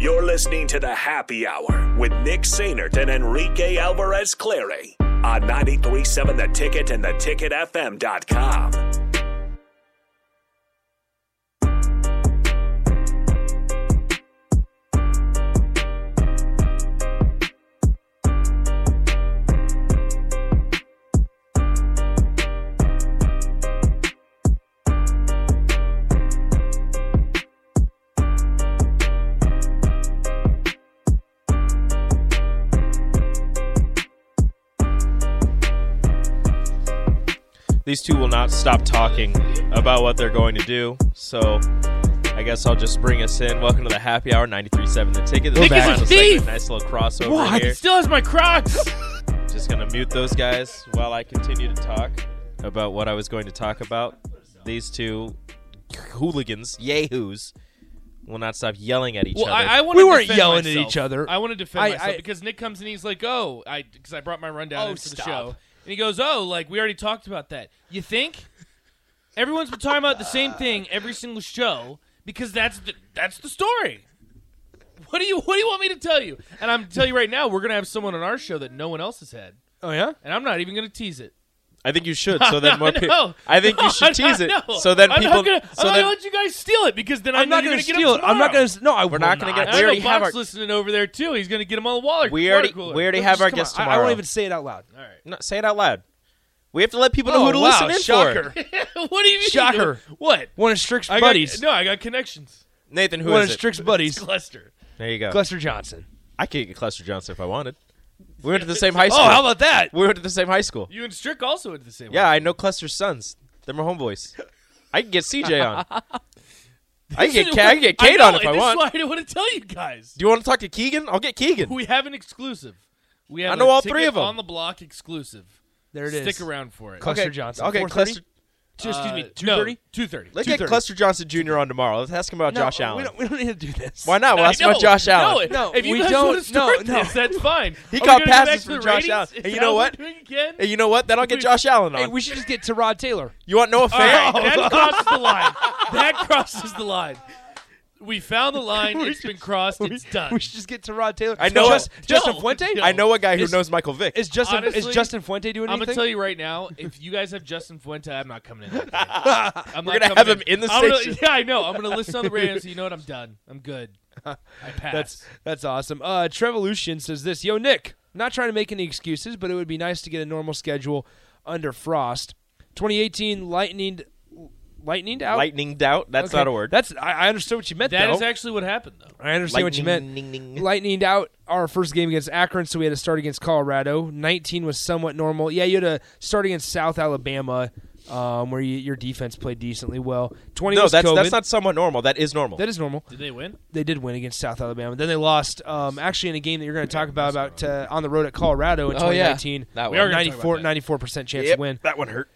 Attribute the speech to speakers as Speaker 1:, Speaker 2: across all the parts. Speaker 1: You're listening to the Happy Hour with Nick Sainert and Enrique Alvarez Clary on 93.7 The Ticket and theticketfm.com.
Speaker 2: these two will not stop talking about what they're going to do. So I guess I'll just bring us in. Welcome to the happy hour 93.7 The Ticket. This
Speaker 3: Nick is a
Speaker 2: final
Speaker 3: thief!
Speaker 2: segment. Nice little crossover
Speaker 3: What?
Speaker 2: here.
Speaker 3: It still has my Crocs.
Speaker 2: Just going to mute those guys while I continue to talk about what I was going to talk about. These two hooligans, yahoos, will not stop yelling at each
Speaker 3: well,
Speaker 2: other.
Speaker 3: I, I want
Speaker 4: We weren't yelling at each other.
Speaker 3: I want to defend
Speaker 4: I-
Speaker 3: myself
Speaker 4: I-
Speaker 3: because Nick comes and he's like, "Oh, I because I brought my rundown
Speaker 4: Oh,
Speaker 3: in for the
Speaker 4: stop.
Speaker 3: show," and he goes, "Oh, like we already talked about that." You think everyone's been talking about the same thing every single show because that's the, that's the story. What do you What do you want me to tell you? And I'm telling you right now, we're gonna have someone on our show that no one else has had,
Speaker 4: Oh yeah.
Speaker 3: and I'm not even gonna tease it.
Speaker 2: I think you should, so then more
Speaker 3: no,
Speaker 2: people. I think you should
Speaker 3: No,
Speaker 2: tease it,
Speaker 3: no.
Speaker 2: so then
Speaker 3: I'm
Speaker 2: people.
Speaker 3: Not gonna,
Speaker 2: so
Speaker 3: I'm not
Speaker 2: then
Speaker 3: gonna let you guys steal it because then I
Speaker 4: I'm
Speaker 3: know
Speaker 4: not
Speaker 3: you're
Speaker 4: going to
Speaker 3: get
Speaker 4: steal
Speaker 3: them
Speaker 4: it. I'm not
Speaker 3: tomorrow.
Speaker 4: going to. No, I we're
Speaker 2: not gonna get-
Speaker 3: And
Speaker 2: we
Speaker 3: I
Speaker 2: already
Speaker 3: know
Speaker 2: have
Speaker 3: Bob's
Speaker 2: our-
Speaker 3: listening over there too. He's going to get them all the water.
Speaker 2: we
Speaker 3: water
Speaker 2: already
Speaker 3: cooler.
Speaker 2: we already have our guest
Speaker 4: I,
Speaker 2: tomorrow.
Speaker 4: won't even say it out loud.
Speaker 3: All right.
Speaker 2: No, say it out loud. We have to let people know
Speaker 4: Oh,
Speaker 2: who to
Speaker 4: wow,
Speaker 2: listen in
Speaker 4: shocker.
Speaker 2: for.
Speaker 3: what do you mean?
Speaker 4: Shocker.
Speaker 3: What?
Speaker 4: One of Strick's
Speaker 3: I
Speaker 4: buddies.
Speaker 3: Got, no, I got connections.
Speaker 2: Nathan, who
Speaker 4: One
Speaker 2: is
Speaker 4: of
Speaker 2: it?
Speaker 4: Strick's
Speaker 3: He's
Speaker 4: buddies.
Speaker 3: Cluster.
Speaker 2: there you go.
Speaker 4: Lester Johnson.
Speaker 2: I could get Cluster Johnson if I wanted. We went to the
Speaker 3: Oh,
Speaker 2: same high school.
Speaker 4: Oh, about that?
Speaker 2: we went to the same high school.
Speaker 3: You and Strick also went to the same.
Speaker 2: Yeah,
Speaker 3: one.
Speaker 2: I know Cluster's sons. They're my homeboys. I can get CJ on. I can
Speaker 3: This
Speaker 2: get
Speaker 3: is-
Speaker 2: Ka- I can get Kate
Speaker 3: know,
Speaker 2: on if
Speaker 3: and
Speaker 2: I
Speaker 3: this
Speaker 2: want.
Speaker 3: Is why I didn't want to tell you guys.
Speaker 2: Do you want to talk to Keegan? I'll get Keegan.
Speaker 3: We have an exclusive. We have
Speaker 2: I know
Speaker 3: a
Speaker 2: all three
Speaker 3: ticket
Speaker 2: of 'em.
Speaker 3: On the block exclusive.
Speaker 4: There it is.
Speaker 3: Stick around for it.
Speaker 4: Cluster
Speaker 2: okay.
Speaker 4: Johnson.
Speaker 2: Okay,
Speaker 4: 4:30?
Speaker 2: Cluster.
Speaker 4: Just- Excuse me.
Speaker 3: Uh,
Speaker 4: Two thirty.
Speaker 3: No, two thirty.
Speaker 2: Let's get
Speaker 4: 2:30.
Speaker 2: Cluster Johnson Jr. on tomorrow. Let's ask him about Josh
Speaker 4: We
Speaker 2: Allen.
Speaker 4: don't, we don't need to do this.
Speaker 2: Why not? We'll
Speaker 3: I
Speaker 2: ask him about
Speaker 3: know.
Speaker 2: Josh Allen.
Speaker 3: No,
Speaker 4: No,
Speaker 3: if you
Speaker 4: we
Speaker 3: guys
Speaker 4: don't-
Speaker 3: want to start
Speaker 4: no, no.
Speaker 3: this, that's fine.
Speaker 2: He
Speaker 3: Are we
Speaker 2: caught
Speaker 3: gonna go back
Speaker 2: passes
Speaker 3: to the
Speaker 2: from Josh
Speaker 3: ratings?
Speaker 2: Allen. And
Speaker 3: Is
Speaker 2: you
Speaker 3: that
Speaker 2: know what?
Speaker 3: we're doing again?
Speaker 2: Hey, you know what? Then I'll get Josh Allen on.
Speaker 4: Hey, we Oh, should just get Terod Taylor.
Speaker 2: you want Noah
Speaker 3: All right,
Speaker 2: Fant?
Speaker 3: that crosses the line. That crosses the line. We found the line.
Speaker 4: We
Speaker 3: It's been crossed. It's done.
Speaker 4: We should just get Terod Taylor.
Speaker 2: I know-
Speaker 4: Just,
Speaker 2: No,
Speaker 4: Justin
Speaker 3: no.
Speaker 4: Fuente.
Speaker 3: No.
Speaker 2: I know a guy who
Speaker 4: Is-
Speaker 2: knows Michael Vick.
Speaker 4: Is Justin
Speaker 3: Honestly,
Speaker 4: is Justin Fuente doing
Speaker 3: I'm gonna
Speaker 4: anything?
Speaker 3: tell you right now. If you guys have Justin Fuente, I'm not coming in. that day. I'm
Speaker 2: We're
Speaker 3: not
Speaker 2: gonna
Speaker 3: coming
Speaker 2: have him in the
Speaker 3: I'm gonna-
Speaker 2: station.
Speaker 3: yeah, I know. I'm gonna listen on the radio. So you know what? I'm done. I'm good. I pass.
Speaker 4: That's that's awesome. Uh, Trevolution says this. Yo, Nick. Not trying to make any excuses, but it would be nice to get a normal schedule under Frost. 2018 lightning, lightning out.
Speaker 2: Lightning doubt. That's
Speaker 4: Okay.
Speaker 2: not a word.
Speaker 4: That's I, I understood what you meant.
Speaker 3: That
Speaker 4: though.
Speaker 3: is actually what happened, though.
Speaker 4: I understand what you meant.
Speaker 2: Lightning.
Speaker 4: Lightninged out our first game against Akron, so we had to start against Colorado. 19 was somewhat normal. Yeah, you had to start against South Alabama, um, where you, your defense played decently well. 20
Speaker 2: No,
Speaker 4: was
Speaker 2: that's
Speaker 4: COVID.
Speaker 2: that's not somewhat normal. That is normal.
Speaker 4: That is normal.
Speaker 3: Did they win?
Speaker 4: They did win against South Alabama. Then they lost, um, actually, in a game that you're going to talk about about uh, on the road at Colorado in
Speaker 2: Oh, yeah.
Speaker 4: 2019.
Speaker 2: That
Speaker 3: We one. are gonna talk
Speaker 4: 94
Speaker 3: about that.
Speaker 4: 94 percent chance to win.
Speaker 2: That one hurt.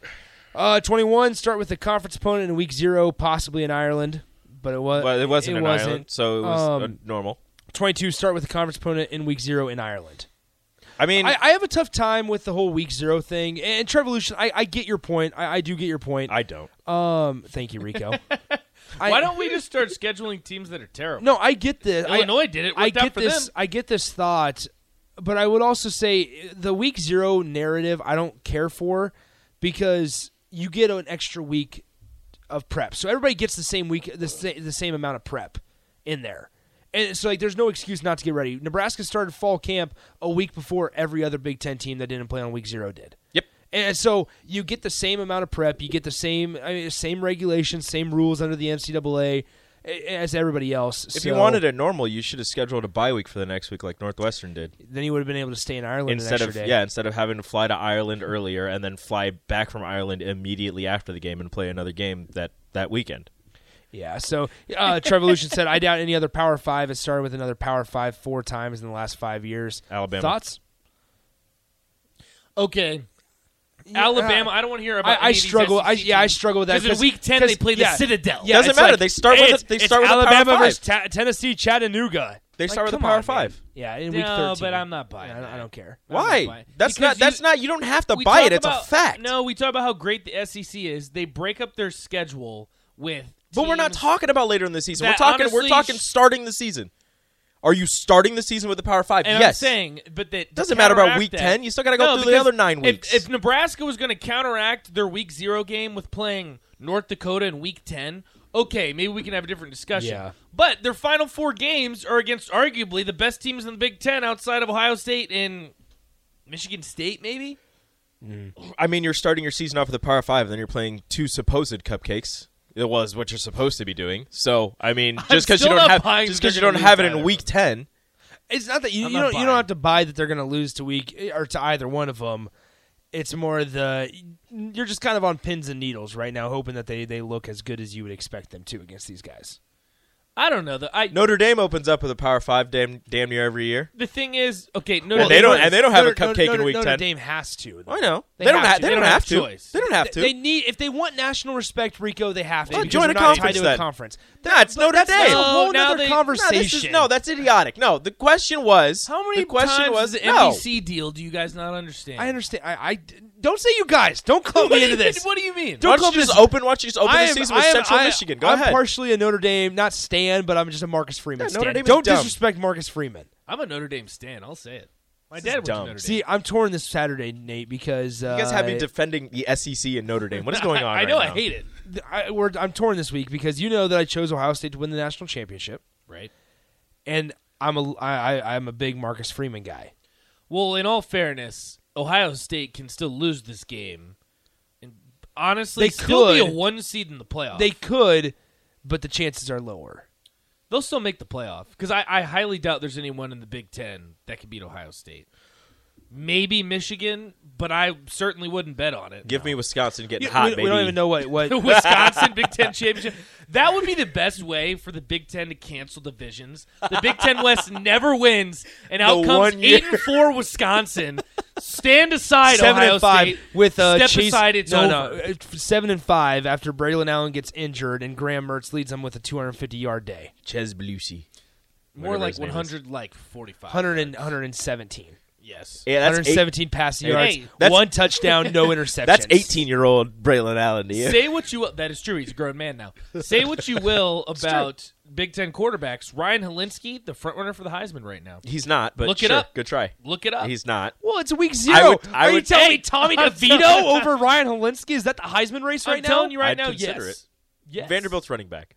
Speaker 4: Uh, 21. Start with the conference opponent in week zero, possibly in Ireland, but it was
Speaker 2: Well, it wasn't
Speaker 4: it
Speaker 2: an
Speaker 4: wasn't.
Speaker 2: island, so it was uh,
Speaker 4: Um,
Speaker 2: normal.
Speaker 4: 22. Start with the conference opponent in week zero in Ireland.
Speaker 2: I mean,
Speaker 4: I,
Speaker 2: I,
Speaker 4: I have a tough time with the whole week zero thing. And Trevolution, I, I get your point. I, I do get your point.
Speaker 2: don't.
Speaker 4: um, thank you, Rico. I,
Speaker 3: Why don't we just start scheduling teams that are terrible?
Speaker 4: No, I get this.
Speaker 3: Illinois did it.
Speaker 4: I, I
Speaker 3: Worked out
Speaker 4: get
Speaker 3: for
Speaker 4: this.
Speaker 3: them.
Speaker 4: I get this thought, but I would also say the week zero narrative I don't care for because you get an extra week of prep, so everybody gets the same week, the, sa- the same amount of prep in there. And so, like, there's no excuse not to get ready. Nebraska started fall camp a week before every other Big Ten team that didn't play on week zero did.
Speaker 2: Yep.
Speaker 4: And so you get the same amount of prep, you get the same, I mean, same regulations, same rules under the NCAA a- as everybody else.
Speaker 2: If you wanted it normal, you should have scheduled a bye week for the next week, like Northwestern did,
Speaker 4: then you would have been able to stay in Ireland an
Speaker 2: instead
Speaker 4: extra
Speaker 2: of
Speaker 4: day.
Speaker 2: yeah, instead of having to fly to Ireland earlier and then fly back from Ireland immediately after the game and play another game that that weekend.
Speaker 4: Yeah. So uh, Trevolution said, "I doubt any other Power Five has started with another Power Five four times in the last five years."
Speaker 2: Alabama.
Speaker 4: thoughts?
Speaker 3: Okay. Alabama. I don't want to hear about.
Speaker 4: I, I
Speaker 3: any of these
Speaker 4: struggle. I,
Speaker 3: SEC
Speaker 4: yeah, I
Speaker 3: teams.
Speaker 4: struggle with that
Speaker 3: 'Cause in week 10 they play the
Speaker 4: yeah,
Speaker 3: Citadel.
Speaker 4: Yeah,
Speaker 2: Doesn't
Speaker 4: it's
Speaker 2: matter.
Speaker 4: like,
Speaker 2: They start with
Speaker 4: it's-
Speaker 2: a- they
Speaker 4: it's
Speaker 2: start with a Power
Speaker 4: Alabama
Speaker 2: Five.
Speaker 4: versus Ta- Tennessee Chattanooga.
Speaker 2: They
Speaker 4: Like,
Speaker 2: start with a
Speaker 4: come
Speaker 2: Power
Speaker 4: on, man.
Speaker 2: Five.
Speaker 4: Yeah, in week
Speaker 3: No,
Speaker 4: 13.
Speaker 3: but I'm not buying
Speaker 4: I don't, I
Speaker 3: that.
Speaker 4: don't care.
Speaker 2: Why?
Speaker 3: buy-
Speaker 2: That's
Speaker 3: Because
Speaker 2: not
Speaker 3: you-
Speaker 2: that's not. You don't have to
Speaker 3: we
Speaker 2: buy
Speaker 3: talk
Speaker 2: it. It's a
Speaker 3: about-
Speaker 2: fact.
Speaker 3: No, we talk about how great the SEC is. They break up their schedule with.
Speaker 2: But we're not
Speaker 3: teams-
Speaker 2: talking about later in the season. We're
Speaker 3: that
Speaker 2: talking. We're
Speaker 3: honestly
Speaker 2: talking
Speaker 3: sh-
Speaker 2: starting the season. Are you starting the season with the Power Five?
Speaker 3: And
Speaker 2: yes.
Speaker 3: I'm saying, but that to
Speaker 2: Doesn't matter about
Speaker 3: counteract
Speaker 2: week
Speaker 3: that-
Speaker 2: 10. You still gotta go through the
Speaker 3: because
Speaker 2: other nine
Speaker 3: if-
Speaker 2: weeks.
Speaker 3: If, Nebraska was going to counteract their week zero game with playing North Dakota in week 10, okay, maybe we can have a different discussion.
Speaker 4: Yeah.
Speaker 3: But their final four games are against arguably the best teams in the Big Ten outside of Ohio State and Michigan State, maybe?
Speaker 2: I mean, you're starting your season off with the Power Five, and then you're playing two supposed cupcakes. It was what you're supposed to be doing. So, I mean, just because you
Speaker 3: still
Speaker 2: don't
Speaker 3: not
Speaker 2: have
Speaker 3: buying
Speaker 2: just
Speaker 3: that
Speaker 2: because you
Speaker 3: they're
Speaker 2: don't
Speaker 3: gonna
Speaker 2: have it
Speaker 3: lose
Speaker 2: in
Speaker 3: either
Speaker 2: week
Speaker 3: of
Speaker 2: ten,
Speaker 4: It's not that you
Speaker 3: I'm
Speaker 4: you
Speaker 3: not
Speaker 4: don't, you don't
Speaker 3: buying.
Speaker 4: have to buy that they're going to lose to week or to either one of them. It's more the you're just kind of on pins and needles right now, hoping that they they look as good as you would expect them to against these guys.
Speaker 3: I don't know. The, I,
Speaker 2: Notre Dame opens up with a Power Five damn damn near every year.
Speaker 3: the thing is, okay, no,
Speaker 2: Well, they don't-
Speaker 3: was-
Speaker 2: and they don't have a
Speaker 4: Notre-
Speaker 2: cupcake in
Speaker 4: Notre-
Speaker 2: week
Speaker 4: Notre
Speaker 2: 10.
Speaker 4: Dame has to. though.
Speaker 2: I know
Speaker 4: They
Speaker 2: they, don't
Speaker 4: have
Speaker 2: have
Speaker 4: to.
Speaker 2: they,
Speaker 4: They
Speaker 2: don't
Speaker 4: don't
Speaker 2: have
Speaker 3: have a
Speaker 2: to
Speaker 3: choice.
Speaker 2: they don't have to.
Speaker 4: They need if they want national respect, Rico. They have to
Speaker 2: Well,
Speaker 4: because
Speaker 2: join
Speaker 4: they're
Speaker 2: a
Speaker 4: not tied
Speaker 2: conference
Speaker 4: to a
Speaker 2: then.
Speaker 4: conference.
Speaker 2: Nah, it's
Speaker 4: But
Speaker 2: Notre
Speaker 4: that's
Speaker 2: Dame.
Speaker 4: a whole
Speaker 3: No, now
Speaker 4: nother
Speaker 3: they- no, this is-
Speaker 2: No, this is,
Speaker 4: conversation.
Speaker 2: no, that's idiotic. No, the question was
Speaker 3: How many
Speaker 2: the question
Speaker 3: times
Speaker 2: was
Speaker 3: the
Speaker 2: no.
Speaker 3: NBC deal do you guys not understand?
Speaker 4: I understand. I, I don't say you guys. Don't club
Speaker 3: What do
Speaker 4: me
Speaker 3: you
Speaker 4: into
Speaker 3: mean-
Speaker 4: this.
Speaker 3: What do you mean?
Speaker 2: Why
Speaker 4: call
Speaker 2: don't you just
Speaker 4: this-
Speaker 2: open? Why don't you just open the season with Central
Speaker 4: I-
Speaker 2: Michigan? Go
Speaker 4: I'm
Speaker 2: ahead.
Speaker 4: partially a Notre Dame, not Stan, but I'm just a Marcus Freeman.
Speaker 2: Yeah, Notre
Speaker 4: stan.
Speaker 2: Dame is
Speaker 4: Don't
Speaker 2: dumb.
Speaker 4: disrespect Marcus Freeman.
Speaker 3: I'm a Notre Dame stan. I'll say it. My
Speaker 2: This is
Speaker 3: dad was
Speaker 2: dumb.
Speaker 3: a Notre Dame.
Speaker 4: See, I'm torn this Saturday, Nate, because uh,
Speaker 2: you guys have me defending the SEC and Notre Dame. What is going on?
Speaker 3: I, I
Speaker 2: right
Speaker 3: know.
Speaker 2: now?
Speaker 3: I hate it.
Speaker 4: I, we're, I'm torn this week because you know that I chose Ohio State to win the national championship,
Speaker 3: Right.
Speaker 4: and I'm a I, I, I'm a big Marcus Freeman guy.
Speaker 3: Well, in all fairness, Ohio State can still lose this game, and honestly,
Speaker 4: They
Speaker 3: still be a
Speaker 4: could.
Speaker 3: one seed in the playoff.
Speaker 2: Oh.
Speaker 4: They could, but the chances are lower.
Speaker 3: they'll still make the playoff because I, I highly doubt there's anyone in the Big Ten that can beat Ohio State. Maybe Michigan, but I certainly wouldn't bet on it.
Speaker 2: Give me Wisconsin getting
Speaker 4: You-
Speaker 2: hot,
Speaker 4: we,
Speaker 2: baby.
Speaker 4: we don't even know what what.
Speaker 3: the Wisconsin Big Ten championship. That would be the best way for the Big Ten to cancel divisions. The Big Ten West never wins, and out
Speaker 2: The
Speaker 3: comes
Speaker 2: one
Speaker 3: eight
Speaker 2: year-
Speaker 3: and four Wisconsin. Stand aside,
Speaker 4: Seven
Speaker 3: Ohio
Speaker 4: and five
Speaker 3: State.
Speaker 4: with uh,
Speaker 3: step
Speaker 4: Chase.
Speaker 3: aside. It's
Speaker 4: no,
Speaker 3: over.
Speaker 4: no, uh, seven and five after Braylon Allen gets injured and Graham Mertz leads them with a 250 yard day,
Speaker 2: Ches Blusi.
Speaker 3: More
Speaker 2: Whatever
Speaker 3: like
Speaker 2: his name
Speaker 3: one
Speaker 2: is.
Speaker 3: hundred, like forty-five.
Speaker 4: 100 and, 117,
Speaker 3: Yes.
Speaker 2: Yeah, that's eight-
Speaker 4: 117 passing
Speaker 2: Hey,
Speaker 4: yards,
Speaker 2: that's-
Speaker 4: one touchdown, no interceptions.
Speaker 2: That's 18 year old Braylon Allen to you.
Speaker 3: Say what you will. That is true. He's a grown man now. Say what you will about Big Ten quarterbacks. Ryan Helinski, the front runner for the Heisman right now.
Speaker 2: He's not, but
Speaker 3: Look it
Speaker 2: sure,
Speaker 3: up.
Speaker 2: good try.
Speaker 3: Look it up.
Speaker 2: He's not.
Speaker 4: Well, it's week zero.
Speaker 2: would- I
Speaker 4: Are you
Speaker 2: would-
Speaker 4: telling
Speaker 3: Hey,
Speaker 4: me Tommy
Speaker 3: I'm
Speaker 4: DeVito
Speaker 3: telling-
Speaker 4: over Ryan Helinski? Is that the Heisman race right
Speaker 3: I'm
Speaker 4: now?
Speaker 3: telling you right
Speaker 2: I'd
Speaker 3: now.
Speaker 2: consider
Speaker 3: Yes.
Speaker 2: it.
Speaker 3: Yes.
Speaker 2: Vanderbilt's running back.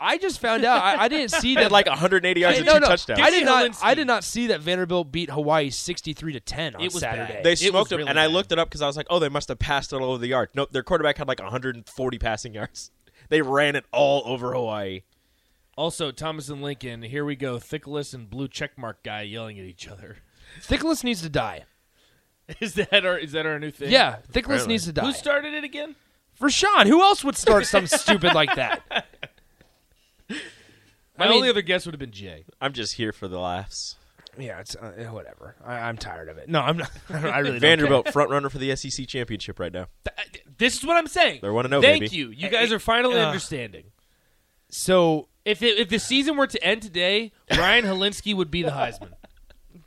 Speaker 4: I just found out. I, I didn't see
Speaker 2: He
Speaker 4: that.
Speaker 2: had like 180 yards
Speaker 4: I,
Speaker 2: and
Speaker 4: no,
Speaker 2: two
Speaker 4: no,
Speaker 2: touchdowns.
Speaker 4: I
Speaker 3: Give
Speaker 4: did
Speaker 3: me
Speaker 4: not.
Speaker 3: Helinski.
Speaker 4: I did not see that Vanderbilt beat Hawaii 63 to 10 on
Speaker 3: It was
Speaker 4: Saturday.
Speaker 3: bad.
Speaker 2: they
Speaker 3: It was
Speaker 2: smoked him,
Speaker 3: really
Speaker 2: and I
Speaker 3: bad.
Speaker 2: looked it up because I was like, oh, they must have passed it all over the yard. Nope, their quarterback had like 140 passing yards. They ran it all over Hawaii.
Speaker 3: Also, Thomas and Lincoln, here we go. Thickless and blue checkmark guy yelling at each other.
Speaker 4: Thickless needs to die.
Speaker 3: Is that our is that our new thing?
Speaker 4: Yeah, Thickless
Speaker 2: Apparently.
Speaker 4: needs to die.
Speaker 3: Who started it again?
Speaker 4: For Sean, who else would start something stupid like that?
Speaker 3: My
Speaker 4: I mean-
Speaker 3: only other guess would have been Jay.
Speaker 2: I'm just here for the laughs.
Speaker 4: Yeah, it's uh, whatever. I, I'm tired of it. No, I'm not. I really
Speaker 2: Vanderbilt front runner for the SEC championship right now.
Speaker 3: Uh, Th- This is what I'm saying.
Speaker 2: They're 1-0,
Speaker 3: Thank
Speaker 2: baby.
Speaker 3: you. You guys are finally
Speaker 4: uh.
Speaker 3: understanding.
Speaker 4: Don't care. So
Speaker 3: If it, if the season were to end today, Ryan Helinski would be the Heisman.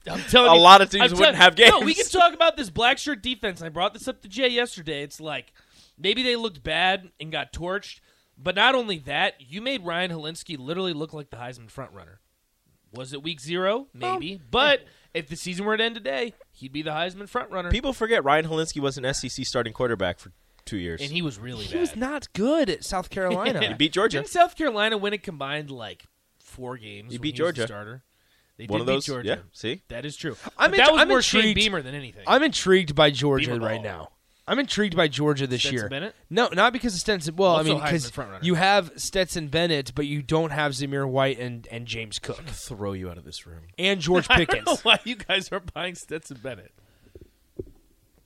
Speaker 3: I'm telling
Speaker 2: A
Speaker 3: you,
Speaker 2: lot of teams
Speaker 3: I'm
Speaker 2: wouldn't
Speaker 3: telling-
Speaker 2: have
Speaker 3: No, we
Speaker 2: games.
Speaker 3: can talk about this black shirt defense. and I brought this up to Jay yesterday. It's like maybe they looked bad and got torched, but not only that, you made Ryan Helinski literally look like the Heisman frontrunner. Was it week zero? Maybe, but if the season were to end today, he'd be the Heisman frontrunner.
Speaker 2: People forget Ryan Helinski was an SEC starting quarterback for two years.
Speaker 3: and he was really
Speaker 4: he
Speaker 3: bad.
Speaker 4: was not good at South Carolina.
Speaker 2: beat Georgia.
Speaker 3: Didn't South Carolina win a combined like four games?
Speaker 2: You
Speaker 3: when
Speaker 2: beat
Speaker 3: he was the
Speaker 2: Georgia.
Speaker 3: starter. They
Speaker 2: One
Speaker 3: did
Speaker 2: of those.
Speaker 3: beat Georgia.
Speaker 2: Yeah, see?
Speaker 3: That is true.
Speaker 4: I'm
Speaker 3: But
Speaker 4: int-
Speaker 3: that was
Speaker 4: I'm
Speaker 3: more Shane
Speaker 4: intrigued.
Speaker 3: Beamer than anything.
Speaker 4: I'm intrigued by Georgia
Speaker 3: Beamer ball.
Speaker 4: right now. I'm intrigued by Georgia this
Speaker 3: Stetson
Speaker 4: year.
Speaker 3: Bennett?
Speaker 4: No, not because of Stetson. Well,
Speaker 3: Also
Speaker 4: I mean,
Speaker 3: Heisman
Speaker 4: because
Speaker 3: frontrunner.
Speaker 4: you have Stetson Bennett, but you don't have Zamir White and, and James Cook
Speaker 2: Throw you out of this room
Speaker 4: and George
Speaker 3: I don't know
Speaker 4: Pickens.
Speaker 3: why you guys are buying Stetson Bennett.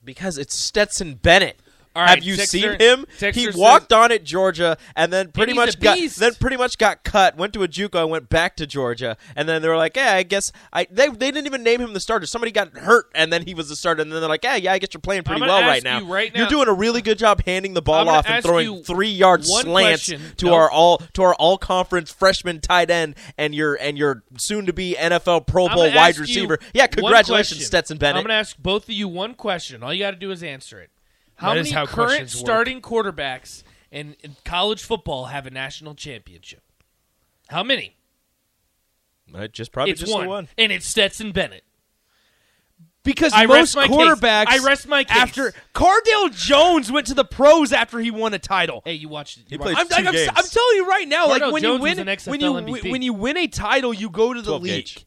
Speaker 2: because it's Stetson Bennett.
Speaker 3: All right,
Speaker 2: Have you
Speaker 3: Texter-
Speaker 2: seen him? he
Speaker 3: Texter
Speaker 2: walked on at Georgia and then pretty
Speaker 3: he's
Speaker 2: much
Speaker 3: a
Speaker 2: got
Speaker 3: beast.
Speaker 2: then pretty much got cut. Went to a JUCO and went back to Georgia. And then they were like, "Yeah, I guess I." They, they didn't even name him the starter. Somebody got hurt and then he was the starter. And then they're like, "Yeah, yeah, I guess you're playing pretty
Speaker 3: I'm gonna
Speaker 2: well right
Speaker 3: ask
Speaker 2: now.
Speaker 3: you right
Speaker 2: are
Speaker 3: now-
Speaker 2: doing a really good job handing the
Speaker 3: I'm
Speaker 2: ball
Speaker 3: gonna
Speaker 2: off and
Speaker 3: ask
Speaker 2: throwing
Speaker 3: you
Speaker 2: three yard
Speaker 3: one
Speaker 2: slants
Speaker 3: question.
Speaker 2: to
Speaker 3: No.
Speaker 2: our all to our all conference freshman tight end and your and your soon to be NFL Pro
Speaker 3: I'm
Speaker 2: Bowl
Speaker 3: gonna
Speaker 2: wide
Speaker 3: ask you
Speaker 2: receiver.
Speaker 3: one
Speaker 2: Yeah, congratulations,
Speaker 3: question.
Speaker 2: Stetson Bennett.
Speaker 3: I'm going to ask both of you one question. All you got to do is answer it. How
Speaker 4: That is
Speaker 3: many
Speaker 4: how
Speaker 3: current
Speaker 4: questions work.
Speaker 3: starting quarterbacks in, in college football have a national championship? How many?
Speaker 2: I just probably
Speaker 3: it's
Speaker 2: just
Speaker 3: one.
Speaker 2: the one.
Speaker 3: and it's Stetson Bennett.
Speaker 4: Because
Speaker 3: I rest
Speaker 4: most
Speaker 3: my case.
Speaker 4: quarterbacks,
Speaker 3: I rest my case.
Speaker 4: after Cardale Jones went to the pros after he won a title.
Speaker 3: Hey, you watched it.
Speaker 2: He
Speaker 3: you
Speaker 2: played
Speaker 3: watched-
Speaker 4: I'm,
Speaker 2: two
Speaker 4: I'm, I'm
Speaker 2: games.
Speaker 4: telling you right now,
Speaker 3: Cardale
Speaker 4: like when
Speaker 3: Jones
Speaker 4: you
Speaker 3: was
Speaker 4: win,
Speaker 3: an XFL
Speaker 4: when you
Speaker 3: MVP.
Speaker 4: when you win a title, you go to the
Speaker 2: 12
Speaker 4: league.
Speaker 2: gauge.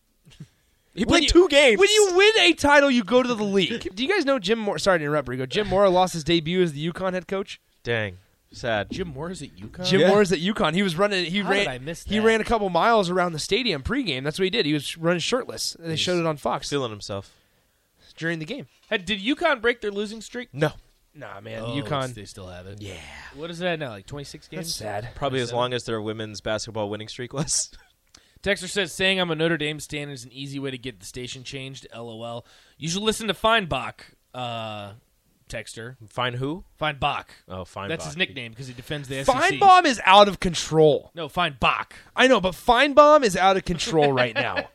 Speaker 2: He
Speaker 4: When
Speaker 2: played
Speaker 4: you-
Speaker 2: two games.
Speaker 4: When you win a title, you go to the league. Do you guys know Jim Moore? Sorry to interrupt, Rigo. Jim Moore lost his debut as the UConn head coach.
Speaker 2: Dang. Sad.
Speaker 3: Jim Moore is at UConn.
Speaker 4: Jim
Speaker 2: Yeah.
Speaker 4: Moore is at UConn. He was running. He
Speaker 3: How
Speaker 4: ran.
Speaker 3: did I miss
Speaker 4: He
Speaker 3: that?
Speaker 4: ran a couple miles around the stadium pregame. That's what he did. He was running shirtless. They showed it on Fox
Speaker 2: Feeling himself.
Speaker 4: during the game.
Speaker 3: Hey, did UConn break their losing streak?
Speaker 2: No.
Speaker 4: Nah, man,
Speaker 3: Oh,
Speaker 4: UConn.
Speaker 3: They still have it.
Speaker 4: yeah,
Speaker 3: What is that now? Like 26 games?
Speaker 4: that's sad.
Speaker 2: Probably as
Speaker 3: Seven.
Speaker 2: long as their women's basketball winning streak was.
Speaker 3: Texter says saying I'm a Notre Dame stan is an easy way to get the station changed. LOL. You should listen to Feinbach. Uh, Texter
Speaker 2: Fine who?
Speaker 3: Feinbach.
Speaker 2: Oh, fine.
Speaker 3: That's his nickname because he defends the SEC.
Speaker 4: Feinbaum is out of control.
Speaker 3: No, Feinbach.
Speaker 4: I know, but Feinbaum is out of control right now.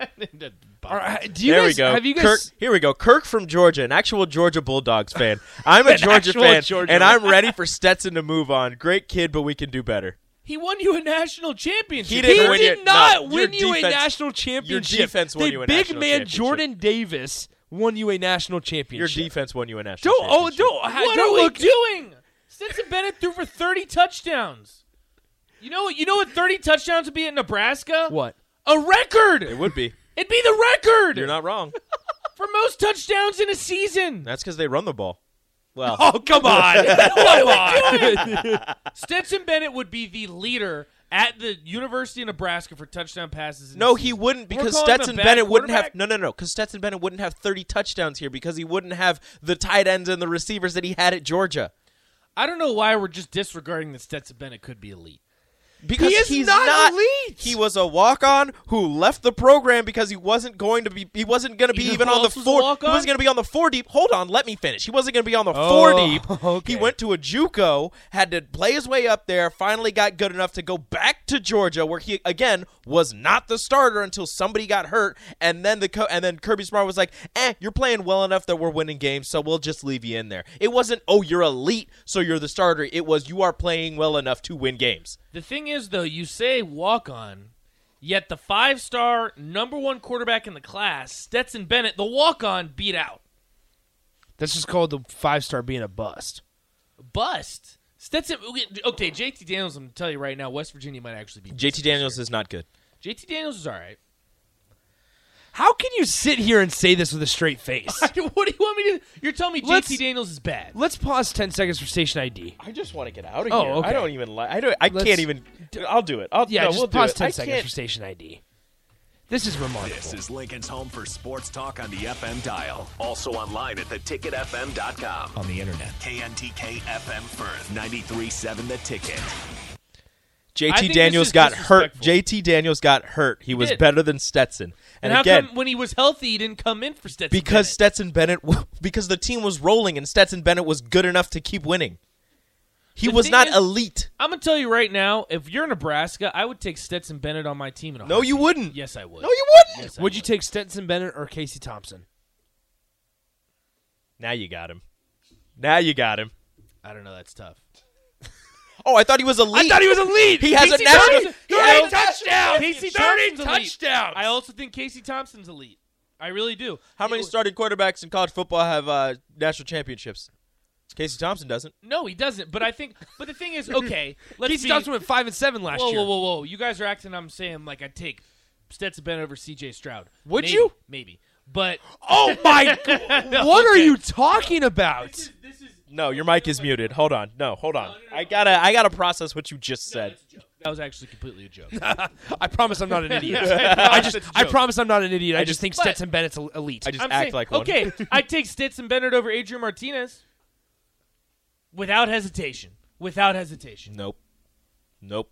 Speaker 4: All right, do you
Speaker 2: there
Speaker 4: guys,
Speaker 2: we go.
Speaker 4: Have you guys?
Speaker 2: Kirk, here we go. Kirk from Georgia, an actual Georgia Bulldogs fan. I'm a Georgia
Speaker 4: actual
Speaker 2: fan,
Speaker 4: Georgia-
Speaker 2: and I'm ready for Stetson to move on. Great kid, but we can do better.
Speaker 3: He won you a national championship.
Speaker 2: He
Speaker 4: He
Speaker 2: didn't win
Speaker 4: did
Speaker 2: you-
Speaker 4: not
Speaker 2: no,
Speaker 4: win
Speaker 2: your
Speaker 4: you a
Speaker 2: defense-
Speaker 4: national championship.
Speaker 2: defense won
Speaker 4: the
Speaker 2: you a
Speaker 4: big
Speaker 2: national
Speaker 4: man
Speaker 2: championship.
Speaker 4: Jordan Davis won you a national
Speaker 2: Your
Speaker 4: championship.
Speaker 2: defense won you a national.
Speaker 4: Don't oh
Speaker 2: championship.
Speaker 4: don't ha-
Speaker 3: What
Speaker 4: don't
Speaker 3: are we
Speaker 4: look
Speaker 3: doing? Stetson Bennett threw for 30 touchdowns. You know what? You know what? 30 touchdowns would be at Nebraska.
Speaker 4: what
Speaker 3: A record.
Speaker 2: It would be.
Speaker 3: It'd be the record
Speaker 2: You're not wrong.
Speaker 3: for most touchdowns in a season.
Speaker 2: That's because they run the ball. Well,
Speaker 4: Oh come on!
Speaker 3: Stetson Bennett would be the leader at the University of Nebraska for touchdown passes. in
Speaker 2: no,
Speaker 3: a
Speaker 2: he
Speaker 3: season.
Speaker 2: wouldn't because
Speaker 3: calling him a
Speaker 2: Stetson
Speaker 3: bad
Speaker 2: Bennett wouldn't have.
Speaker 3: quarterback?
Speaker 2: No, no, no. Because Stetson Bennett wouldn't have 30 touchdowns here because he wouldn't have the tight ends and the receivers that he had at Georgia.
Speaker 3: I don't know why we're just disregarding that Stetson Bennett could be elite.
Speaker 2: Because
Speaker 4: He is
Speaker 2: he's
Speaker 4: not
Speaker 2: not,
Speaker 4: elite.
Speaker 2: He was a walk-on who left the program because he wasn't going to be. He wasn't going to be
Speaker 3: You know
Speaker 2: even
Speaker 3: who
Speaker 2: on the
Speaker 3: else was a
Speaker 2: four. He
Speaker 3: walk-on?
Speaker 2: wasn't going to be on the four deep. Hold on, let me finish. He wasn't going to be on the
Speaker 4: Oh,
Speaker 2: four deep.
Speaker 4: okay.
Speaker 2: He went to a JUCO, had to play his way up there. Finally, got good enough to go back to Georgia, where he again was not the starter until somebody got hurt, and then the co- and then Kirby Smart was like, "Eh, you're playing well enough that we're winning games, so we'll just leave you in there." It wasn't, "Oh, you're elite, so you're the starter." It was, "You are playing well enough to win games."
Speaker 3: The thing is, though, you say walk on, yet the five star number one quarterback in the class, Stetson Bennett, the walk on, beat out.
Speaker 4: That's just called the five star being a bust.
Speaker 3: Bust. Stetson. Okay, JT Daniels, I'm going to tell you right now, West Virginia might actually be.
Speaker 2: JT Daniels is not good.
Speaker 3: JT Daniels is all right.
Speaker 4: How can you sit here and say this with a straight face?
Speaker 3: what do you want me to You're telling me
Speaker 4: Let's-
Speaker 3: JT Daniels is bad.
Speaker 4: Let's pause ten seconds for station ID.
Speaker 2: I just want to get out of
Speaker 4: Oh,
Speaker 2: here.
Speaker 4: okay.
Speaker 2: I don't even like. I don't. I
Speaker 4: Let's-
Speaker 2: can't even. I'll do it. I'll,
Speaker 4: Yeah,
Speaker 2: no,
Speaker 4: just
Speaker 2: we'll
Speaker 4: pause
Speaker 2: do it.
Speaker 4: ten
Speaker 2: I
Speaker 4: seconds
Speaker 2: can't-
Speaker 4: for station ID. This is remarkable.
Speaker 1: This is Lincoln's home for sports talk on the FM dial. Also online at theticketfm.com. On the internet. KNTK FM Firth, 93.7 The Ticket.
Speaker 3: I think
Speaker 2: JT
Speaker 3: this
Speaker 2: Daniels
Speaker 3: is
Speaker 2: got hurt.
Speaker 3: disrespectful.
Speaker 2: JT Daniels got hurt. He, was
Speaker 3: did.
Speaker 2: better than Stetson.
Speaker 3: And
Speaker 2: And,
Speaker 3: how
Speaker 2: again,
Speaker 3: come when he was healthy, he didn't come in for Stetson?
Speaker 2: because
Speaker 3: Bennett?
Speaker 2: Stetson Bennett, because the team was rolling and Stetson Bennett was good enough to keep winning. He
Speaker 3: The
Speaker 2: was
Speaker 3: thing
Speaker 2: not
Speaker 3: is-
Speaker 2: elite.
Speaker 3: I'm gonna tell you right now, if you're Nebraska, I would take Stetson Bennett on my team. In a
Speaker 2: No, you
Speaker 3: heartbeat.
Speaker 2: wouldn't.
Speaker 3: Yes, I would.
Speaker 2: No, you wouldn't.
Speaker 3: Yes, I
Speaker 4: Would you take Stetson Bennett or Casey Thompson?
Speaker 2: Now you got him. Now you got him.
Speaker 3: I don't know. That's tough.
Speaker 2: Oh, I thought he was elite.
Speaker 4: he was elite.
Speaker 2: he has a
Speaker 3: Casey
Speaker 2: national.
Speaker 3: Thompson-
Speaker 2: he
Speaker 3: Thirty
Speaker 2: has-
Speaker 4: touchdowns.
Speaker 3: Casey
Speaker 4: Thirty
Speaker 3: Thompson's elite.
Speaker 4: touchdowns.
Speaker 3: I also think Casey Thompson's elite. I really do.
Speaker 2: How many
Speaker 3: It-
Speaker 2: starting quarterbacks in college football have uh, national championships? Casey Thompson doesn't.
Speaker 3: No, he doesn't. But I think. But the thing is, okay. Let's
Speaker 4: Casey
Speaker 3: be-
Speaker 4: Thompson went five and seven last
Speaker 3: Whoa,
Speaker 4: year.
Speaker 3: whoa, whoa, whoa! You guys are acting. I'm saying like I take Stetson Bennett over C.J. Stroud.
Speaker 4: Would
Speaker 3: Maybe,
Speaker 4: you?
Speaker 3: Maybe. But
Speaker 4: Oh my! what are you talking about?
Speaker 3: this is
Speaker 2: No, your mic is muted. Hold on. No, hold on. I gotta, I gotta process what you just said.
Speaker 3: that was actually completely a joke.
Speaker 4: I promise I'm not an idiot. I just,
Speaker 3: It's a
Speaker 4: I
Speaker 3: joke.
Speaker 4: promise I'm not an idiot. I, just, think
Speaker 3: but-
Speaker 4: Stetson Bennett's el- elite.
Speaker 2: I just
Speaker 3: I'm
Speaker 2: act
Speaker 3: saying-
Speaker 2: like one.
Speaker 3: Okay, I take Stetson Bennett over Adrian Martinez without hesitation. Without hesitation,
Speaker 2: Nope. Nope.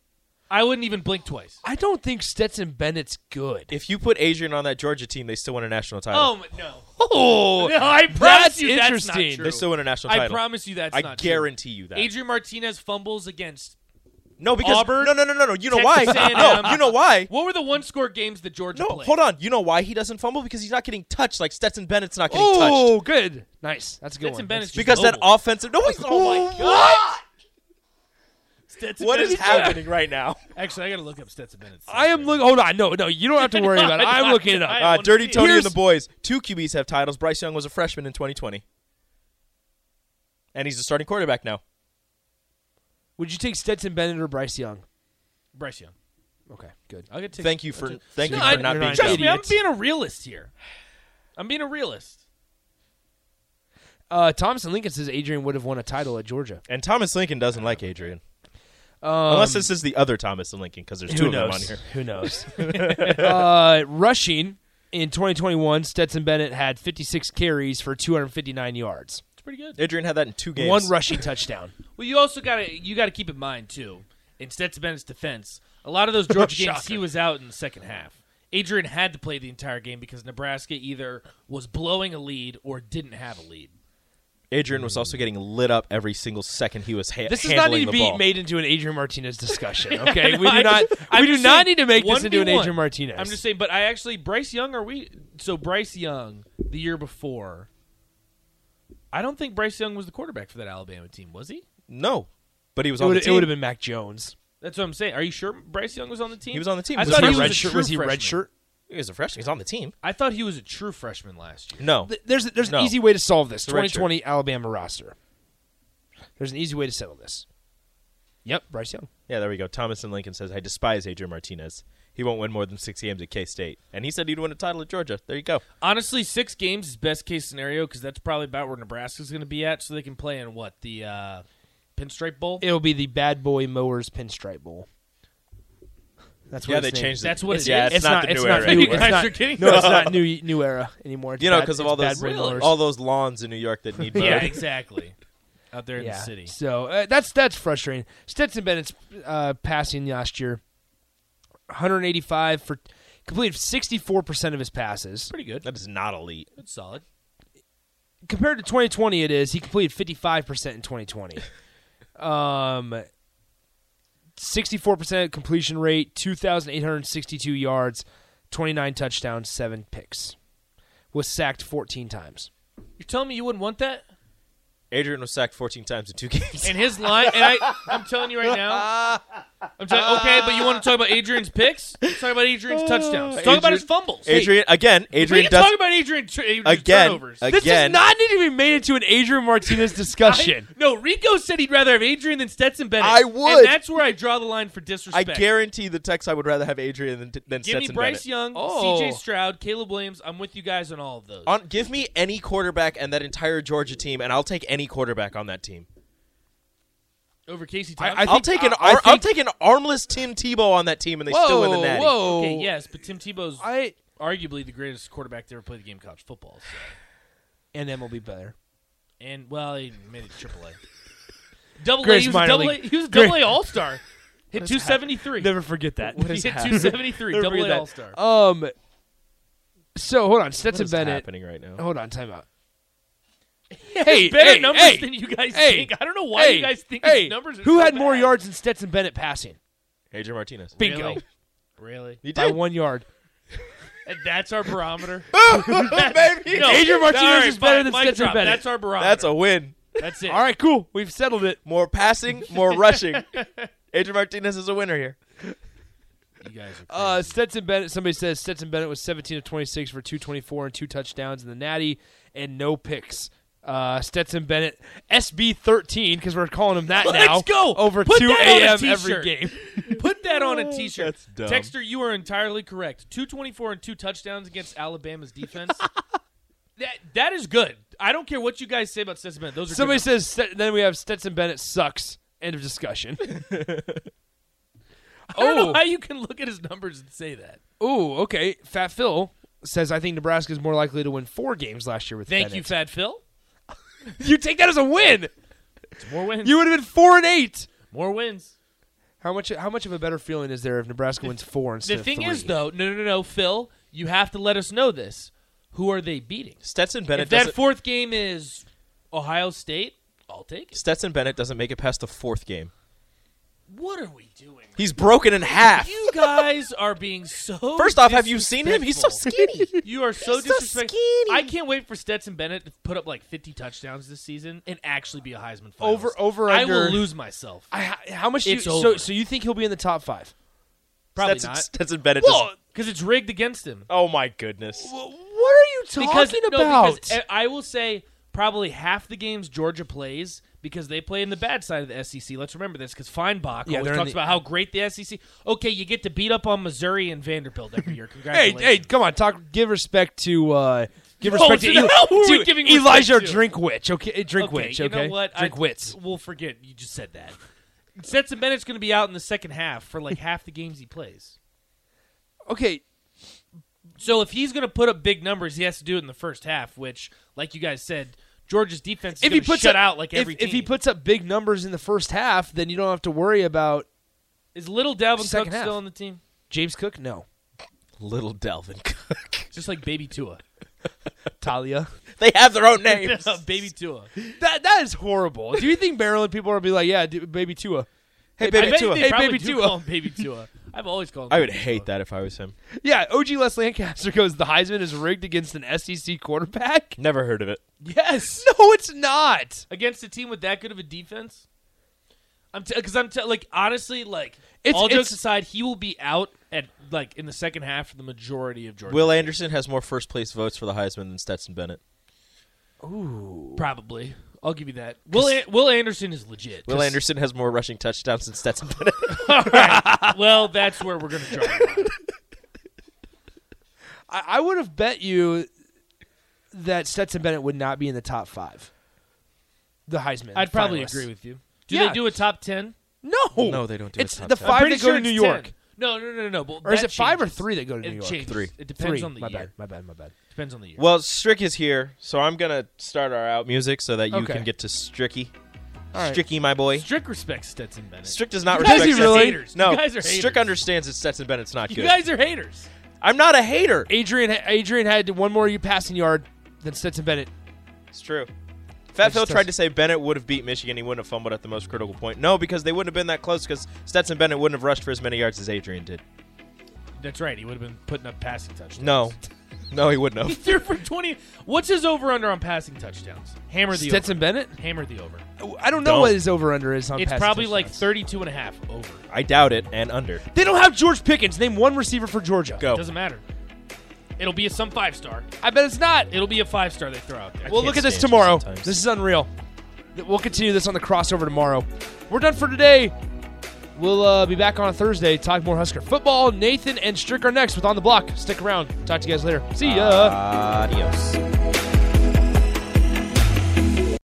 Speaker 3: I wouldn't even blink twice.
Speaker 4: I don't think Stetson Bennett's good.
Speaker 2: If you put Adrian on that Georgia team, they still win a national title.
Speaker 3: Oh my- no!
Speaker 4: Oh,
Speaker 3: No, I promise
Speaker 4: that's
Speaker 3: you that's not
Speaker 4: interesting.
Speaker 3: true.
Speaker 2: they still win a national
Speaker 3: I
Speaker 2: title.
Speaker 3: promise you that's
Speaker 2: I
Speaker 3: not true.
Speaker 2: guarantee you that.
Speaker 3: Adrian Martinez fumbles against.
Speaker 2: no, because
Speaker 3: Auburn,
Speaker 2: no, no, no, no, no. You know
Speaker 3: Texas
Speaker 2: why?
Speaker 3: A&M.
Speaker 2: No, you know why?
Speaker 3: What were the one-score games that Georgia
Speaker 2: No,
Speaker 3: played?
Speaker 2: hold on. You know why he doesn't fumble? Because he's not getting touched like Stetson Bennett's not getting touched.
Speaker 4: Oh, good, nice. That's a good
Speaker 3: Stetson
Speaker 4: one.
Speaker 3: Bennett's
Speaker 2: Because that
Speaker 3: mobile.
Speaker 2: offensive. No, he's, oh my god.
Speaker 3: Stetson
Speaker 2: What is
Speaker 3: Bennett's-
Speaker 2: happening right now?
Speaker 3: Actually, I gotta look up Stetson Bennett's.
Speaker 4: I am looking. Hold on, no, no, you don't have to worry about it. I'm looking it up.
Speaker 3: I
Speaker 2: Uh,
Speaker 3: wanna
Speaker 2: Dirty
Speaker 3: see it.
Speaker 2: Tony
Speaker 4: Here's-
Speaker 2: and the boys. Two QBs have titles. Bryce Young was a freshman in 2020, and he's the starting quarterback now.
Speaker 4: Would you take Stetson Bennett or Bryce Young?
Speaker 3: Bryce Young.
Speaker 4: Okay, good.
Speaker 3: I'll get.
Speaker 2: Thank you for thank
Speaker 4: No,
Speaker 2: you
Speaker 4: I-
Speaker 2: for not
Speaker 4: you're
Speaker 2: being
Speaker 4: not
Speaker 3: Trust
Speaker 2: dumb.
Speaker 3: me, I'm
Speaker 4: Idiots.
Speaker 3: being a realist here. I'm being a realist.
Speaker 4: Uh, Thompson Lincoln says Adrian would have won a title at Georgia.
Speaker 2: And Thomas Lincoln doesn't like Adrian,
Speaker 4: Um,
Speaker 2: unless this is the other Thomas and Lincoln, because there's two
Speaker 4: who
Speaker 2: of them
Speaker 4: knows?
Speaker 2: on here.
Speaker 4: Who knows? uh, rushing in 2021, Stetson Bennett had 56 carries for 259 yards,
Speaker 3: It's pretty good.
Speaker 2: Adrian had that in two games.
Speaker 4: one rushing touchdown.
Speaker 3: Well, you also gotta you gotta keep in mind too. In Stetson Bennett's defense, a lot of those Georgia
Speaker 4: Oh,
Speaker 3: games he was out in the second half. Adrian had to play the entire game because Nebraska either was blowing a lead or didn't have a lead.
Speaker 2: Adrian was also getting lit up every single second he was ha-
Speaker 4: This does
Speaker 2: handling
Speaker 4: not need to
Speaker 2: the
Speaker 4: be
Speaker 2: ball.
Speaker 4: made into an Adrian Martinez discussion. Okay, we
Speaker 3: I
Speaker 4: do not.
Speaker 3: just-
Speaker 4: we
Speaker 3: I'm
Speaker 4: do
Speaker 3: just
Speaker 4: not
Speaker 3: saying,
Speaker 4: need to make this into an
Speaker 3: 1v1.
Speaker 4: Adrian Martinez.
Speaker 3: I'm just saying, but I actually Bryce Young are we so Bryce Young the year before I don't think Bryce Young was the quarterback for that Alabama team, was he?
Speaker 2: No, but he was
Speaker 4: it
Speaker 2: on
Speaker 4: would
Speaker 2: the
Speaker 4: it
Speaker 2: team.
Speaker 4: would have been Mac Jones.
Speaker 3: That's what I'm saying. Are you sure Bryce Young was on the team?
Speaker 2: He was on the team.
Speaker 3: I
Speaker 2: Was
Speaker 3: thought
Speaker 2: he
Speaker 3: he was
Speaker 2: red
Speaker 3: a
Speaker 2: shirt?
Speaker 3: true
Speaker 4: Was he
Speaker 3: freshman.
Speaker 4: red shirt?
Speaker 2: He was a freshman. He's on the team.
Speaker 3: I thought he was a true freshman last year.
Speaker 2: No,
Speaker 4: Th- There's there's
Speaker 2: No.
Speaker 4: an easy way to solve this.
Speaker 2: a red shirt.
Speaker 4: 2020 Alabama roster. There's an easy way to settle this. Yep, Bryce Young.
Speaker 2: yeah, there we go. Thomas and Lincoln says I despise Adrian Martinez. He won't win more than six games at K State, and he said he'd win a title at Georgia. There you go.
Speaker 3: Honestly, six games is best case scenario because that's probably about where Nebraska's going to be at, so they can play in what the uh, Pinstripe Bowl.
Speaker 4: It'll be the Bad Boy Mowers Pinstripe Bowl. That's what
Speaker 2: yeah,
Speaker 4: it's
Speaker 2: they
Speaker 4: named.
Speaker 2: changed.
Speaker 3: That's
Speaker 2: it.
Speaker 3: what it
Speaker 2: yeah,
Speaker 3: is.
Speaker 2: It's, not, the
Speaker 4: it's
Speaker 2: new
Speaker 4: not
Speaker 2: era.
Speaker 4: New,
Speaker 2: anymore.
Speaker 4: it's
Speaker 3: guys
Speaker 4: not,
Speaker 3: are kidding
Speaker 4: no,
Speaker 3: me.
Speaker 4: it's not new new era anymore. It's
Speaker 2: you know,
Speaker 4: Bad-
Speaker 2: because of
Speaker 4: it's
Speaker 2: all
Speaker 4: Bad
Speaker 2: those
Speaker 4: Boy Mowers.
Speaker 2: all those lawns in New York that need.
Speaker 3: yeah,
Speaker 2: mowing.
Speaker 3: exactly. Out there in
Speaker 4: yeah.
Speaker 3: the city,
Speaker 4: So uh, that's that's frustrating. Stetson Bennett's uh, passing last year, 185 for completed 64 percent of his passes.
Speaker 3: pretty good.
Speaker 2: that is not elite.
Speaker 3: That's solid.
Speaker 4: Compared to 2020, it is he completed 55 percent in 2020. um, 64 percent completion rate, 2,862 yards, 29 touchdowns, seven picks. Was sacked 14 times.
Speaker 3: You're telling me you wouldn't want that?
Speaker 2: Adrian was sacked 14 times in two games.
Speaker 3: And his line, and I, I'm telling you right now, I'm telling. Okay, but you want to talk about Adrian's picks? Let's talk about Adrian's touchdowns. Let's talk about his fumbles.
Speaker 2: Adrian again.
Speaker 3: we
Speaker 2: Adrian
Speaker 3: can
Speaker 2: does
Speaker 3: talk about Adrian tr- Adrian's
Speaker 2: Again,
Speaker 3: turnovers.
Speaker 2: again.
Speaker 4: This does not need to be made into an Adrian Martinez discussion.
Speaker 3: I- no, Rico said he'd rather have Adrian than Stetson Bennett.
Speaker 2: I would.
Speaker 3: And that's where I draw the line for
Speaker 2: I
Speaker 3: disrespect.
Speaker 2: guarantee the Tex I would rather have Adrian than, than
Speaker 3: Give me
Speaker 2: Stetson
Speaker 3: Bryce
Speaker 2: Bennett.
Speaker 3: Young,
Speaker 4: Oh.
Speaker 3: CJ Stroud, Caleb Williams. I'm with you guys on all of those.
Speaker 2: On, give me any quarterback and that entire Georgia team, and I'll take any quarterback on that team.
Speaker 3: Over Casey
Speaker 4: I-
Speaker 3: Thompson.
Speaker 4: I
Speaker 2: I'll
Speaker 4: think-
Speaker 2: take an
Speaker 4: I- I
Speaker 2: ar- I'll
Speaker 4: think-
Speaker 2: take an armless Tim Tebow on that team, and they still win the natty.
Speaker 4: Whoa.
Speaker 3: okay, yes, but Tim Tebow's
Speaker 4: I
Speaker 3: arguably the greatest quarterback to ever play the game of college football. So.
Speaker 4: and MLB better.
Speaker 3: And well, he made it triple A. Double A.
Speaker 4: Greatest
Speaker 3: He was a
Speaker 4: minor
Speaker 3: double A.
Speaker 4: league.
Speaker 3: He was a
Speaker 4: Great-
Speaker 3: double A All Star. Hit two seventy three. He
Speaker 4: Never forget that.
Speaker 3: hit two seventy three.
Speaker 4: Never
Speaker 3: Double
Speaker 4: forget
Speaker 3: A
Speaker 4: that.
Speaker 3: All Star.
Speaker 4: Um. So hold on,
Speaker 2: What
Speaker 4: Stetson
Speaker 2: is
Speaker 4: Bennett.
Speaker 2: happening right now?
Speaker 4: Hold on, time out. hey,
Speaker 3: Better
Speaker 4: hey,
Speaker 3: numbers
Speaker 4: hey,
Speaker 3: than you guys
Speaker 4: hey,
Speaker 3: think. I don't know why
Speaker 4: hey,
Speaker 3: you guys think
Speaker 4: hey,
Speaker 3: his numbers. Are
Speaker 4: Who
Speaker 3: so
Speaker 4: had more
Speaker 3: bad.
Speaker 4: yards than Stetson Bennett passing?
Speaker 2: Adrian Martinez.
Speaker 4: Bingo.
Speaker 3: Really? Really?
Speaker 2: He
Speaker 4: By
Speaker 2: did.
Speaker 4: one yard.
Speaker 3: And that's our barometer.
Speaker 2: baby.
Speaker 3: No,
Speaker 4: Adrian Martinez
Speaker 3: all right,
Speaker 4: is
Speaker 3: fine,
Speaker 4: better than
Speaker 3: mic
Speaker 4: Stetson
Speaker 3: drop.
Speaker 4: Bennett.
Speaker 3: That's our barometer.
Speaker 2: That's a win.
Speaker 3: That's it.
Speaker 4: All right, cool. We've settled it.
Speaker 2: More passing, more rushing. Adrian Martinez is a winner here.
Speaker 3: You guys are
Speaker 4: Uh, Stetson Bennett. Somebody says Stetson Bennett was 17 of 26 for 224 and two touchdowns in the Natty and no picks. Uh, Stetson Bennett SB 13 because we're calling him that now.
Speaker 3: Let's go.
Speaker 4: over
Speaker 3: Put
Speaker 4: 2
Speaker 3: that on a
Speaker 4: a.m.
Speaker 3: t-shirt.
Speaker 4: every game.
Speaker 3: Put that on a T-shirt.
Speaker 2: That's dumb.
Speaker 3: Texter, you are entirely correct. Two twenty-four and two touchdowns against Alabama's defense. that that is good. I don't care what you guys say about Stetson Bennett. Those are
Speaker 4: Somebody
Speaker 3: good
Speaker 4: says Stet- then we have Stetson Bennett sucks. End of discussion.
Speaker 3: numbers. I don't know
Speaker 4: oh.
Speaker 3: how you can look at his numbers and say that.
Speaker 4: Ooh, okay. Fat Phil says I think Nebraska is more likely to win four games last year with
Speaker 3: Thank you,
Speaker 4: Bennett.
Speaker 3: Fat Phil.
Speaker 4: you take that as a win.
Speaker 3: More wins.
Speaker 4: You would have been four and eight.
Speaker 3: More wins.
Speaker 4: How much? How much of a better feeling is there if Nebraska wins four instead
Speaker 3: The
Speaker 4: of
Speaker 3: thing
Speaker 4: three?
Speaker 3: is, though, no, no, no, no, Phil, you have to let us know this. Who are they beating?
Speaker 2: Stetson Bennett
Speaker 3: If that
Speaker 2: doesn't.
Speaker 3: fourth game is Ohio State, I'll take it.
Speaker 2: Stetson Bennett doesn't make it past the fourth game.
Speaker 3: What are we doing?
Speaker 2: He's broken in half.
Speaker 3: You guys are being so.
Speaker 2: First off, have you seen him? He's so
Speaker 3: disrespectful.
Speaker 2: skinny.
Speaker 3: You are so
Speaker 2: He's so
Speaker 3: disrespectful.
Speaker 2: skinny.
Speaker 3: I can't wait for Stetson Bennett to put up like 50 touchdowns this season and actually be a Heisman finalist.
Speaker 4: Over- over,
Speaker 3: I
Speaker 4: under.
Speaker 3: will lose myself.
Speaker 4: I, how much? Do you,
Speaker 3: It's
Speaker 4: so
Speaker 3: over.
Speaker 4: so you think he'll be in the top five?
Speaker 3: Probably
Speaker 2: Stetson,
Speaker 3: not.
Speaker 2: Stetson Bennett.
Speaker 3: Well,
Speaker 2: Just,
Speaker 3: because it's rigged against him.
Speaker 2: oh my goodness.
Speaker 4: What are you
Speaker 3: Because,
Speaker 4: talking
Speaker 3: no,
Speaker 4: about?
Speaker 3: because e- I will say probably half the games Georgia plays because they play in the bad side of the SEC. Let's remember this because Feinbach
Speaker 4: Yeah, they're
Speaker 3: always
Speaker 4: in
Speaker 3: talks
Speaker 4: the-
Speaker 3: about how great the SEC. Okay, you get to beat up on Missouri and Vanderbilt every year.
Speaker 4: hey,
Speaker 3: Congratulations.
Speaker 4: hey, come on, talk. Give respect to. Uh, Give
Speaker 3: No,
Speaker 4: respect to,
Speaker 3: to
Speaker 4: Eli-
Speaker 3: who are we
Speaker 4: to
Speaker 3: giving
Speaker 4: Elijah
Speaker 3: respect to?
Speaker 4: Drinkwitz. Okay, Drinkwitz.
Speaker 3: you
Speaker 4: Okay,
Speaker 3: know what? I-
Speaker 4: Drinkwitz.
Speaker 3: We'll forget you just said that. Stetson Bennett's going to be out in the second half for like half the games he plays.
Speaker 4: Okay,
Speaker 3: So if he's going to put up big numbers, he has to do it in the first half, which, like you guys said, Georgia's defense is
Speaker 4: if he
Speaker 3: gonna
Speaker 4: puts
Speaker 3: shut
Speaker 4: up,
Speaker 3: out like
Speaker 4: if,
Speaker 3: every
Speaker 4: if he
Speaker 3: team.
Speaker 4: puts up big numbers in the first half, then you don't have to worry about
Speaker 3: is little Dalvin
Speaker 4: Second
Speaker 3: Cook
Speaker 4: half.
Speaker 3: still on the team?
Speaker 4: James Cook. No,
Speaker 2: Little Delvin Cook.
Speaker 3: Just like baby Tua,
Speaker 4: Talia.
Speaker 2: they have their own names.
Speaker 3: baby Tua.
Speaker 4: That that is horrible. Do you think Maryland people are gonna be like, yeah, dude, baby Tua?
Speaker 2: hey,
Speaker 3: I bet
Speaker 2: Tua.
Speaker 3: They
Speaker 4: Hey,
Speaker 3: probably
Speaker 4: baby
Speaker 3: do
Speaker 4: Tua.
Speaker 3: Call him baby Tua. I've always called. Him
Speaker 2: I would
Speaker 3: baby
Speaker 2: hate
Speaker 3: Tua.
Speaker 2: that if I was him.
Speaker 4: Yeah, OG Les Lancaster goes. The Heisman is rigged against an SEC quarterback.
Speaker 2: Never heard of it.
Speaker 3: Yes,
Speaker 4: No, it's not.
Speaker 3: against a team with that good of a defense. I'm because I'm t- like honestly like
Speaker 4: It's-
Speaker 3: all
Speaker 4: it's-
Speaker 3: jokes aside, he will be out at like in the second half for the majority of Georgia.
Speaker 2: Will Anderson has more first place votes for the Heisman than Stetson Bennett.
Speaker 3: probably. I'll give you that. Will An- Will Anderson is legit.
Speaker 2: Will Anderson has more rushing touchdowns than Stetson Bennett.
Speaker 3: well, that's where we're gonna draw. the line.
Speaker 4: I, I would have bet you that Stetson Bennett would not be in the top five. The Heisman.
Speaker 3: I'd probably
Speaker 4: finalists.
Speaker 3: agree with you. Do
Speaker 4: Yeah.
Speaker 3: they do a top ten?
Speaker 4: No,
Speaker 2: No, they don't do a
Speaker 4: It's
Speaker 2: top
Speaker 4: the
Speaker 2: ten.
Speaker 4: five
Speaker 3: pretty
Speaker 4: that go
Speaker 3: sure
Speaker 4: to New
Speaker 3: it's
Speaker 4: York,
Speaker 3: 10. No, no, no, no, no. But
Speaker 4: or is
Speaker 3: that
Speaker 4: it five or
Speaker 3: changes.
Speaker 4: three that go to New
Speaker 3: It
Speaker 4: York?
Speaker 3: changes.
Speaker 2: Three.
Speaker 3: It depends
Speaker 4: Three.
Speaker 3: on the
Speaker 4: my
Speaker 3: year.
Speaker 4: bad. My bad. My bad.
Speaker 3: Depends on the year.
Speaker 2: well, Strick is here, so I'm gonna start our out music so that you
Speaker 4: Okay.
Speaker 2: can get to Stricky.
Speaker 4: All right.
Speaker 2: Stricky, my boy.
Speaker 3: Strick respects Stetson Bennett.
Speaker 2: Strick does not
Speaker 3: You guys
Speaker 2: respect.
Speaker 4: are
Speaker 2: Stetson-
Speaker 4: really-
Speaker 3: haters.
Speaker 2: No,
Speaker 3: You guys are
Speaker 2: Strick
Speaker 3: haters.
Speaker 2: understands that Stetson Bennett's not
Speaker 3: You
Speaker 2: good.
Speaker 3: guys are haters.
Speaker 2: I'm not a hater.
Speaker 4: Adrian. Adrian had one more passing yard than Stetson Bennett.
Speaker 2: It's true.
Speaker 4: That's
Speaker 2: Fat Phil
Speaker 4: just-
Speaker 2: tried to say Bennett would have beat Michigan. He wouldn't have fumbled at the most critical point. No, because they wouldn't have been that close because Stetson Bennett wouldn't have rushed for as many yards as Adrian did.
Speaker 3: That's right. He would have been putting up passing touchdowns.
Speaker 2: No. No, he wouldn't
Speaker 3: He
Speaker 2: have.
Speaker 3: threw for 20. What's his over under on passing touchdowns? Hammer the
Speaker 4: Stetson Bennett.
Speaker 3: over. Hammer the over.
Speaker 4: I don't know
Speaker 2: Don't.
Speaker 4: what his over under is on.
Speaker 3: It's
Speaker 4: passing
Speaker 3: probably like
Speaker 4: touchdowns.
Speaker 3: 32 and a half over.
Speaker 2: I doubt it and under.
Speaker 4: They don't have George Pickens. Name one receiver for Georgia.
Speaker 2: Go.
Speaker 3: Doesn't matter. It'll be a some five star.
Speaker 4: I bet it's not.
Speaker 3: It'll be a five star they throw out there.
Speaker 4: We'll
Speaker 2: can't
Speaker 4: look at this
Speaker 2: stand you
Speaker 4: tomorrow.
Speaker 2: sometimes.
Speaker 4: This is unreal. Th- We'll continue this on the crossover tomorrow. We're done for today. We'll uh, be back on a Thursday. Talk more Husker football. Nathan and Strick are next with On the Block. Stick around. Talk to you guys later. See ya.
Speaker 2: Adios.